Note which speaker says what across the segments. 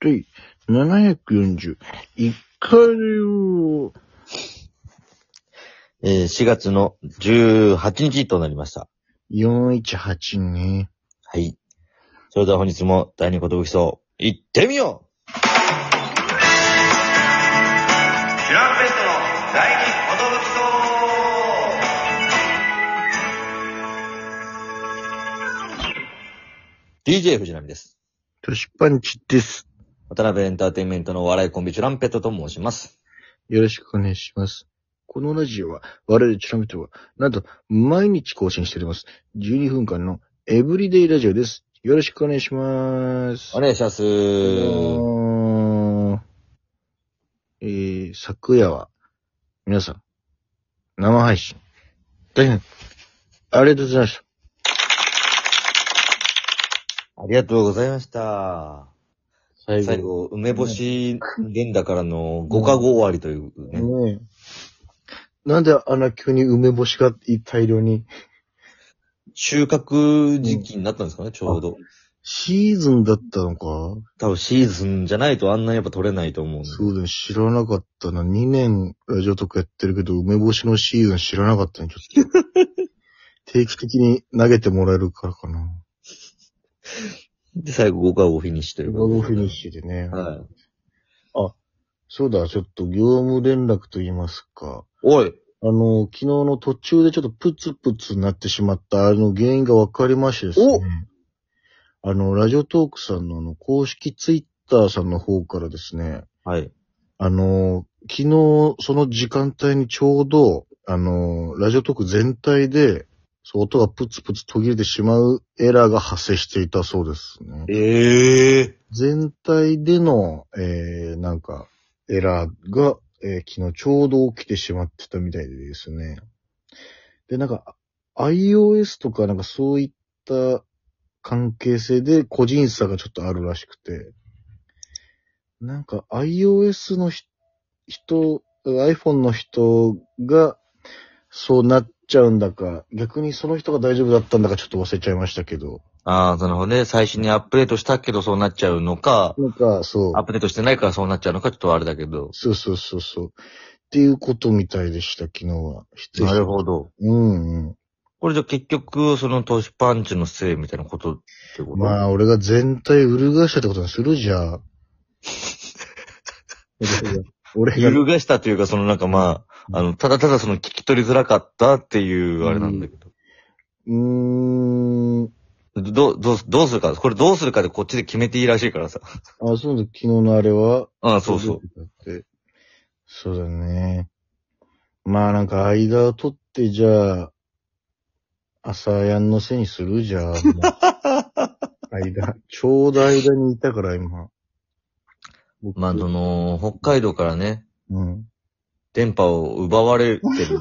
Speaker 1: 第741回を、
Speaker 2: えー4月の18日となりました。
Speaker 1: 418ね。
Speaker 2: はい。それでは本日も第二言武器層、行ってみようシュランペットの第二言武器層 DJ 藤波です。
Speaker 1: トシパンチです。
Speaker 2: 渡辺エンターテインメントのお笑いコンビ、チュランペットと申します。
Speaker 1: よろしくお願いします。このラジオは、我々チュラメットは、なんと、毎日更新しております。12分間のエブリデイラジオです。よろしくお願いします。
Speaker 2: お願いします。
Speaker 1: あのーえー、昨夜は、皆さん、生配信、大変、ありがとうございました。
Speaker 2: ありがとうございました。
Speaker 1: 最
Speaker 2: 最後、梅干し連打からの5か5終わりというね。
Speaker 1: ねえ。なんであんな急に梅干しが大量に、
Speaker 2: 収穫時期になったんですかね、ちょうど。
Speaker 1: シーズンだったのか
Speaker 2: 多分シーズンじゃないとあんなやっぱ取れないと思うんで。
Speaker 1: そうだね、知らなかったな。2年ラジオとかやってるけど、梅干しのシーズン知らなかったね、ちょっ と。定期的に投げてもらえるからかな。
Speaker 2: で、最後5か5フィニッシュということで
Speaker 1: ゴフィニッシュでね。
Speaker 2: はい。
Speaker 1: そうだ、ちょっと業務連絡と言いますか。
Speaker 2: おい
Speaker 1: あの、昨日の途中でちょっとプツプツなってしまった、あの原因が分かりましてですね。あの、ラジオトークさんのあの、公式ツイッターさんの方からですね、
Speaker 2: はい。
Speaker 1: あの、昨日、その時間帯にちょうど、あの、ラジオトーク全体で、そう、音がプツプツ途切れてしまうエラーが発生していたそうですね。
Speaker 2: ええ
Speaker 1: 全体での、えー、なんか、エラーが、えー昨日ちょうど起きてしまってたみたいでですね。で、なんか、iOS とかなんかそういった関係性で個人差がちょっとあるらしくて、なんか iOS のひ人、iPhone の人がそうなっちゃうんだか、逆にその人が大丈夫だったんだかちょっと忘れちゃいましたけど、
Speaker 2: ああ、そのね、最新にアップデートしたけどそうなっちゃうのか、
Speaker 1: なんかそう。
Speaker 2: アップデートしてないからそうなっちゃうのか、ちょっとあれだけど。
Speaker 1: そうそうそうそう。っていうことみたいでした、昨日は。
Speaker 2: なるほど。
Speaker 1: ど。うんうん。
Speaker 2: これじゃ結局、そのトシパンチのせいみたいなことってこと
Speaker 1: まあ、俺が全体売るがしたってことにするじ ゃん。俺 が、
Speaker 2: 揺るがしたというか、そのなんかまあ、あの、ただただその聞き取りづらかったっていうあれなんだけど。
Speaker 1: うーん。
Speaker 2: どう、どう、どうするか、これどうするかでこっちで決めていいらしいからさ。
Speaker 1: あ、そうだ、昨日のあれは。
Speaker 2: ああ、そうそう。
Speaker 1: だって。そうだね。まあ、なんか間を取って、じゃあ、朝やんのせいにするじゃん。もう 間。ちょうど間にいたから、今。僕
Speaker 2: まあ、その、北海道からね、
Speaker 1: うん。
Speaker 2: 電波を奪われて る。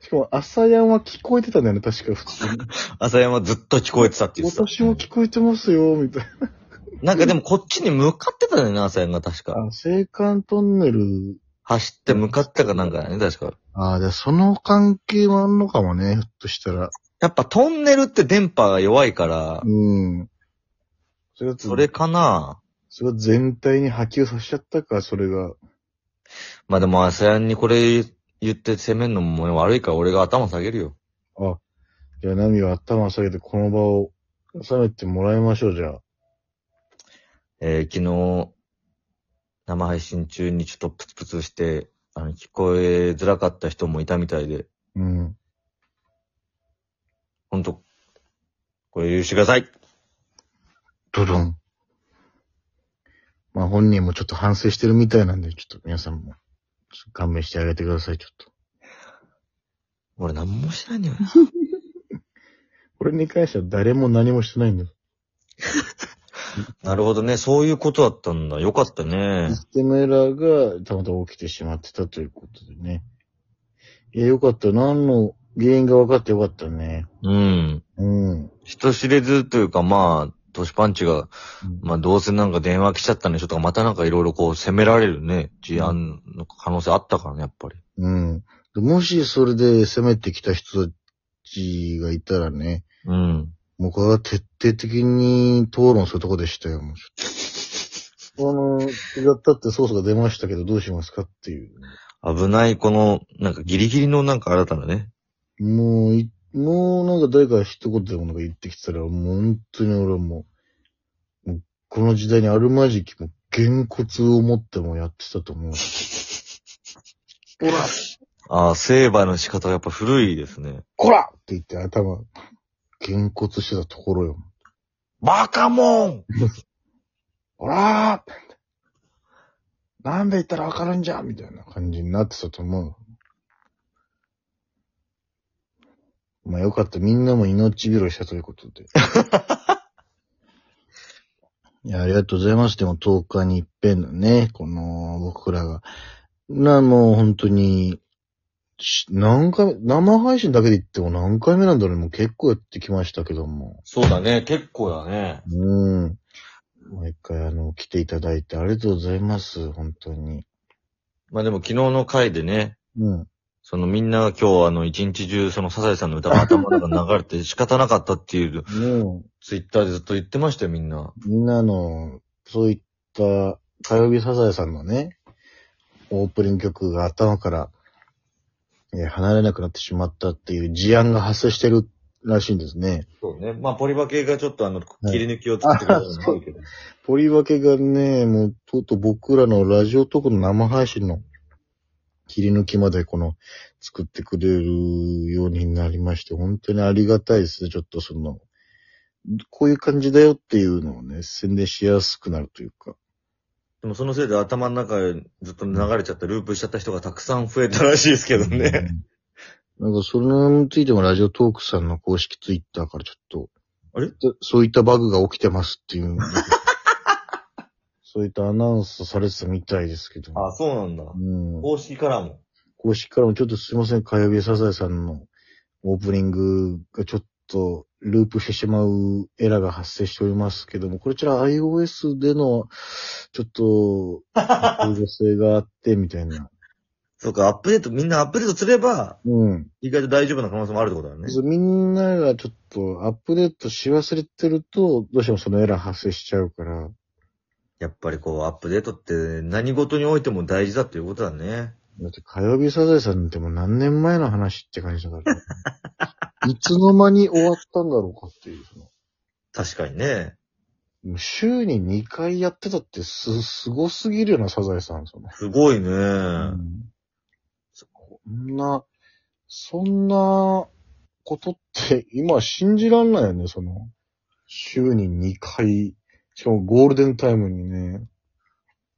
Speaker 1: しかも、朝やんは聞こえてたんだよね、確か普通に。
Speaker 2: 朝山ずっと聞こえてたっていうさ。
Speaker 1: 私も聞こえてますよ、みたい
Speaker 2: なんかでもこっちに向かってたよね、朝山が確か。
Speaker 1: な。あ、青函トンネル。
Speaker 2: 走って向かったかなんかだね、確か。
Speaker 1: ああ、じゃあその関係もあんのかもね、ひょっとしたら。
Speaker 2: やっぱトンネルって電波が弱いから、
Speaker 1: うん。それが、
Speaker 2: それかな
Speaker 1: それが全体に波及させちゃったか、それが。
Speaker 2: まあでも、アセアンにこれ言って責めるのも悪いから、俺が頭下げるよ。
Speaker 1: あ、じゃあ、ナミは頭を下げてこの場を収めてもらいましょう、じゃあ。
Speaker 2: えー昨日、生配信中にちょっとプツプツして、あの、聞こえづらかった人もいたみたいで、
Speaker 1: うん。
Speaker 2: ほんと、これ許してください。
Speaker 1: ドドン。まあ、本人もちょっと反省してるみたいなんで、ちょっと皆さんも、ちょっと勘弁してあげてください、ちょっと。
Speaker 2: 俺何もしてないんだよな。
Speaker 1: これに関しては誰も何もしてないんだよ。
Speaker 2: なるほどね。そういうことだったんだ。よかったね
Speaker 1: シ。ステムエラーがたまたま起きてしまってたということでね。いや、よかった。何の原因が分かってよかったね。
Speaker 2: うん。
Speaker 1: うん。
Speaker 2: 人知れずというか、まあ、トシパンチが、
Speaker 1: うん
Speaker 2: まあ、どうせなんか電話来ちゃったんでしょとか、またなんかいろいろこう、責められるね、事案の可能性あったからね、やっぱり。
Speaker 1: うん。でもしそれで攻めてきた人たちがいたらね、
Speaker 2: うん。
Speaker 1: もうこれは徹底的に討論するとこでしたよ、もうちょっあの、やったってソースが出ましたけどどうしますかっていう。
Speaker 2: 危ない、この、なんかギリギリのなんか新たなね。
Speaker 1: もうい、もうなんか誰か一言でもなんか言ってきたら、もう本当に俺はもう、もうこの時代にあるまじき、もう、げんこつを持ってもやってたと思う。こら
Speaker 2: ああ、成敗の仕方がやっぱ古いですね。
Speaker 1: こらって言って頭、げんこつしてたところよ。
Speaker 2: バカモン
Speaker 1: おらーなんで言ったらわかるんじゃみたいな感じになってたと思う。まあよかった。みんなも命拾いしたということで。いや、ありがとうございます。でも10日に一遍のね、この僕らが。な、もう本当に、し何回、生配信だけで言っても何回目なんだろうね。もう結構やってきましたけども。
Speaker 2: そうだね、結構だね。
Speaker 1: うん。毎回、あの、来ていただいてありがとうございます、本当に。
Speaker 2: まあでも昨日の回でね、
Speaker 1: うん。
Speaker 2: そのみんなが今日あの一日中そのサザエさんの歌が頭の中に流れて仕方なかったっていう
Speaker 1: も
Speaker 2: ツイッターでずっと言ってましたよみんな。
Speaker 1: う、みんなの、そういった、火曜日サザエさんのね、オープニング曲が頭から、えー離れなくなってしまったっていう事案が発生してるらしいんですね。
Speaker 2: そうね。まあポリバ系がちょっとあの
Speaker 1: い
Speaker 2: 切り抜きを作ってくれたのもあるけど。
Speaker 1: ポリ分けがね、もう、とうとう僕らのラジオトークの生配信の切り抜きまでこの、作ってくれるようになりまして、本当にありがたいですね。ちょっとその、こういう感じだよっていうのをね、宣伝しやすくなるというか。
Speaker 2: でもそのせいで頭の中でずっと流れちゃったループしちゃった人がたくさん増えたらしいですけどね。
Speaker 1: うん。なんか、それについてもラジオトークさんの公式ツイッターからちょっと、
Speaker 2: あれ
Speaker 1: そういったバグが起きてますって いう、そういったアナウンスされてたみたいですけど。
Speaker 2: あ、そうなんだ。
Speaker 1: うん、
Speaker 2: 公式からも。
Speaker 1: 公式からもちょっとすいません、火曜日サザエさんのオープニングがちょっとループしてしまうエラーが発生しておりますけども、こちら iOS でのちょっと、アップ性があってみたいな。
Speaker 2: そうか、アップデート、みんなアップデートすれば、
Speaker 1: うん。
Speaker 2: 意外と大丈夫な可能性もあるってことだね。
Speaker 1: そうみんながちょっとアップデートし忘れてると、どうしてもそのエラー発生しちゃうから。
Speaker 2: やっぱりこう、アップデートって何事においても大事だっていうことだね。
Speaker 1: だって火曜日サザエさんってもう何年前の話って感じだから。いつの間に終わったんだろうかっていう。その
Speaker 2: 確かにね。
Speaker 1: もう週に2回やってたってす、すごすぎるよな、サザエさん。その。
Speaker 2: すごいね。
Speaker 1: そこんな、そんなことって今信じらんないよね、その。週に2回、しかもゴールデンタイムにね。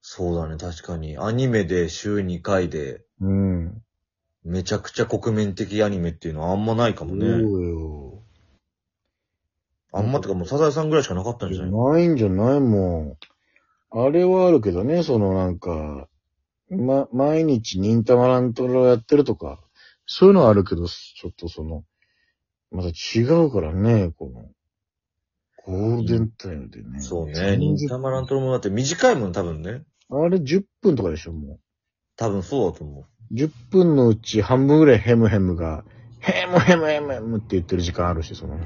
Speaker 2: そうだね、確かに。アニメで週2回で、
Speaker 1: うん。
Speaker 2: めちゃくちゃ国民的アニメっていうのはあんまないか
Speaker 1: そ
Speaker 2: も
Speaker 1: う
Speaker 2: ね。
Speaker 1: よ。
Speaker 2: あんまってかもうサザエさんぐらいしかなかったんじゃない
Speaker 1: ないんじゃないもん。あれはあるけどね、そのなんか、ま、毎日忍たま乱太郎やってるとか、そういうのはあるけど、ちょっとその、また違うからね、この、ゴールデンタイムでね。
Speaker 2: そうね。忍たま乱
Speaker 1: 太
Speaker 2: 太郎もだって短いもん多分ね。
Speaker 1: 郎。あれ10分とかでしょ、も
Speaker 2: 多分そうだと思う。
Speaker 1: う。10分のうち半分ぐらいヘムヘムが、ヘムヘムヘムヘムって言ってる時間あるし、その、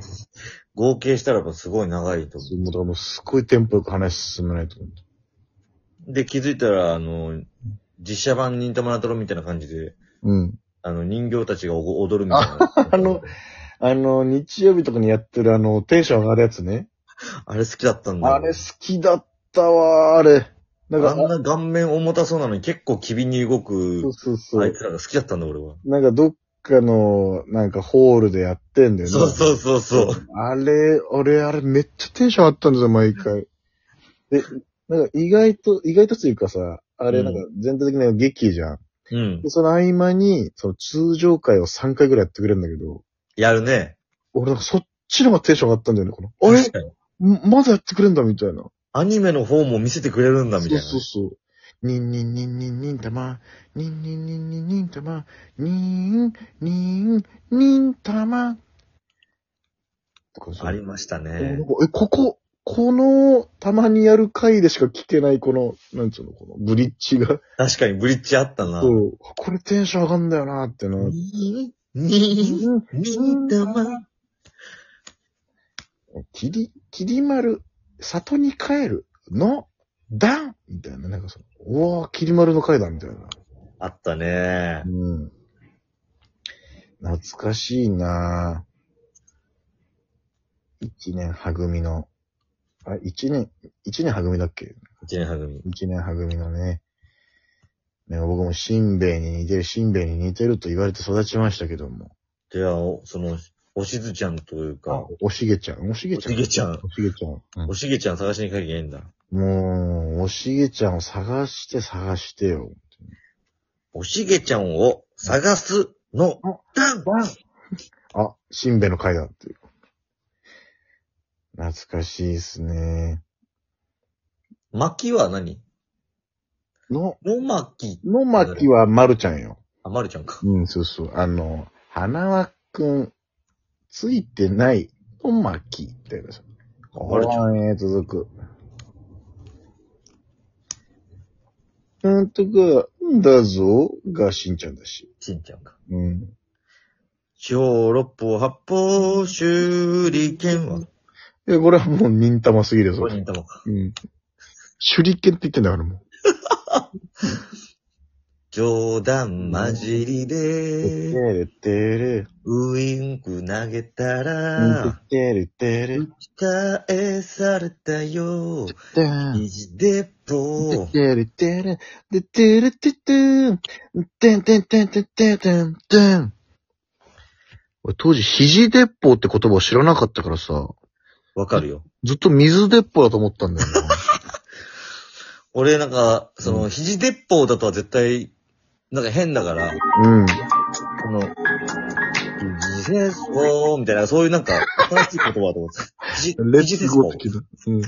Speaker 2: 合計したらばすごい長いと思
Speaker 1: そうもうだからもうすごいテンポよく話進めないと思う。
Speaker 2: う。で、気づいたら、あの、実写版忍たま乱太郎みたいな感じで、
Speaker 1: うん。
Speaker 2: あの、人形たちがお踊るみたいな。
Speaker 1: あの、あの、日曜日とかにやってるあの、テンション上がるやつね。
Speaker 2: あれ好きだったんだよ。
Speaker 1: あれ好きだったわ、あれ。なん
Speaker 2: あ
Speaker 1: か、
Speaker 2: んな顔面重たそうなのに結構機敏に動
Speaker 1: そ
Speaker 2: く
Speaker 1: う、そうそ。
Speaker 2: あいうつらが好きだったんだ俺は。
Speaker 1: なんかどっかの、なんかホールでやってんだよね。
Speaker 2: そうそうそうそう。
Speaker 1: あれ、俺、あれめっちゃテンション上がったんですよ、毎回。で、なんか意外と、意外とというかさ、あれ
Speaker 2: うん
Speaker 1: なんか全体的な劇じゃん。
Speaker 2: うん
Speaker 1: で、。その合間に、その通常会を3回ぐらいやってくれるんだけど、
Speaker 2: やるね。
Speaker 1: 俺なんかそっちの方がテンション上がったんだよね、この。あれ
Speaker 2: 確かに
Speaker 1: んまだやってくれんだ、みたいな。
Speaker 2: アニメの方も見せてくれるんだみたいな。
Speaker 1: そうそうそう。にんにんにんにんにんたま、にんにんにんにんにんたま、にん、にん、にんたま。とか
Speaker 2: ありました
Speaker 1: え、な
Speaker 2: ね
Speaker 1: ん。かえここ、この、たまにやる回でしか聞けない、この、なんつうの、この、ブリッジが。
Speaker 2: 確かにブリッジあったな。
Speaker 1: そう。これテンション上がんだよなってな。
Speaker 2: に、に、にたま。
Speaker 1: きり、きり丸、里に帰る、の、ダンみたいな、なんかその、おー、きり丸の回だ、みたいな。
Speaker 2: あったね
Speaker 1: うん。懐かしいなぁ。一年は組の、あ、一年、一年は組だっけ
Speaker 2: 一年は組。
Speaker 1: 一年は組のね。ね、僕もしんべヱに似てる、しんべヱに似てると言われて育ちましたけども。
Speaker 2: では、おその、おしずちゃんというか、
Speaker 1: おしげちゃん。おしげちゃん。
Speaker 2: おしげちゃん
Speaker 1: おしげちゃん。うん
Speaker 2: おしげちゃん探しに行かなきゃいけないんだ。
Speaker 1: もう、おしげちゃんを探して探してよ。
Speaker 2: おしげちゃんを探すの
Speaker 1: お、
Speaker 2: ダン
Speaker 1: あ、しんべヱの回だっていう。懐かしいですね。
Speaker 2: 巻きは何
Speaker 1: の、
Speaker 2: の巻き。
Speaker 1: の巻はまるちゃんよ。
Speaker 2: あ、まるちゃんか。
Speaker 1: うん、そうそう。あの、花輪くん、ついてない、の巻き、みたいなさ。
Speaker 2: まるちゃん。
Speaker 1: ん。え続く。なんとか、んだぞ、がしんちゃんだし。
Speaker 2: ちんちゃんか。
Speaker 1: うん。
Speaker 2: 兵六方八方修理剣は、
Speaker 1: いや、これはもう忍たますぎるよ、そ
Speaker 2: こ
Speaker 1: れ
Speaker 2: れにいたのか。
Speaker 1: うん。手裏剣って言ってんだからも
Speaker 2: 冗談混じり
Speaker 1: う。
Speaker 2: で、
Speaker 1: るてる。
Speaker 2: ウインク投げた
Speaker 1: うん
Speaker 2: ら、
Speaker 1: てるてる。
Speaker 2: 鍛えされたよ。
Speaker 1: てん
Speaker 2: 虹で
Speaker 1: て
Speaker 2: と、
Speaker 1: てるてる。ててるててん。てんてんてんてんてんてんてん。俺当時、肘鉄砲って言葉を知らなかったからさ、
Speaker 2: わかるよ。
Speaker 1: ずっと水鉄砲だと思ったんだよな。
Speaker 2: 俺なんか、そうの、肘鉄砲だとは絶対、なんか変だから、
Speaker 1: うん。
Speaker 2: この、肘鉄 砲みたいな、そういうなんか、新しい言葉だと思ってた。肘
Speaker 1: レッツ
Speaker 2: 肘鉄
Speaker 1: ゴー
Speaker 2: 砲
Speaker 1: って聞いた。うん。